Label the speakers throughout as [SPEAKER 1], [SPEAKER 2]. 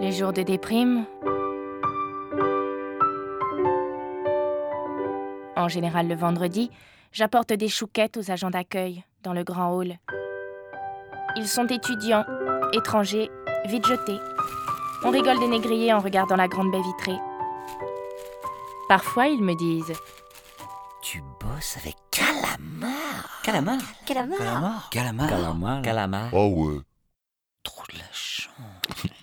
[SPEAKER 1] les jours de déprime. En général le vendredi, j'apporte des chouquettes aux agents d'accueil dans le grand hall. Ils sont étudiants, étrangers, vite jetés. On rigole des négriers en regardant la grande baie vitrée. Parfois, ils me disent
[SPEAKER 2] Tu bosses avec Calamar
[SPEAKER 3] Calamar
[SPEAKER 2] Calamar
[SPEAKER 3] Calamar
[SPEAKER 2] Calamar
[SPEAKER 3] Calamar
[SPEAKER 4] Oh ouais.
[SPEAKER 3] Trop de la chance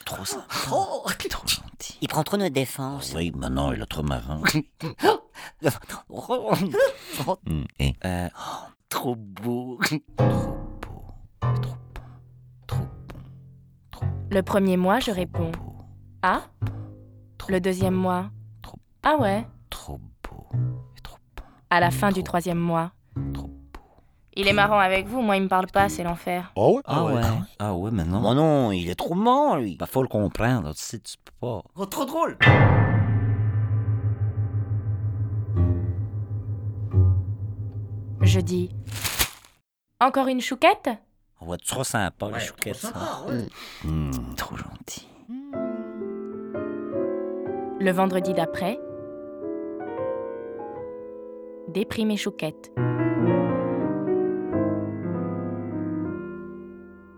[SPEAKER 3] Trop sympa oh, Trop gentil
[SPEAKER 2] Il prend trop notre défense.
[SPEAKER 3] Oui, maintenant il est trop marrant.
[SPEAKER 2] Hmm. Et
[SPEAKER 3] Euh, oh, trop beau Trop beau Trop bon Trop bon
[SPEAKER 1] Le premier mois, je réponds
[SPEAKER 3] beau
[SPEAKER 1] Ah
[SPEAKER 3] Trop
[SPEAKER 1] Le deuxième mois
[SPEAKER 3] Trop.
[SPEAKER 1] Ah ouais
[SPEAKER 3] Trop beau et Trop bon
[SPEAKER 1] À la fin du troisième mois.
[SPEAKER 3] Trop beau
[SPEAKER 1] Il est marrant avec vous, moi il me parle pas, c'est l'enfer.
[SPEAKER 4] Ah ouais
[SPEAKER 3] Ah ouais Ah ouais, maintenant
[SPEAKER 2] Bon Bah non, il est trop bon, lui.
[SPEAKER 3] Bah, faut le comprendre, tu sais, tu peux pas.
[SPEAKER 2] trop drôle.
[SPEAKER 1] Je dis Encore une chouquette
[SPEAKER 3] On va être trop sympa, les chouquettes. ça. Hmm, trop gentil.
[SPEAKER 1] Le vendredi d'après, déprime et chouquette.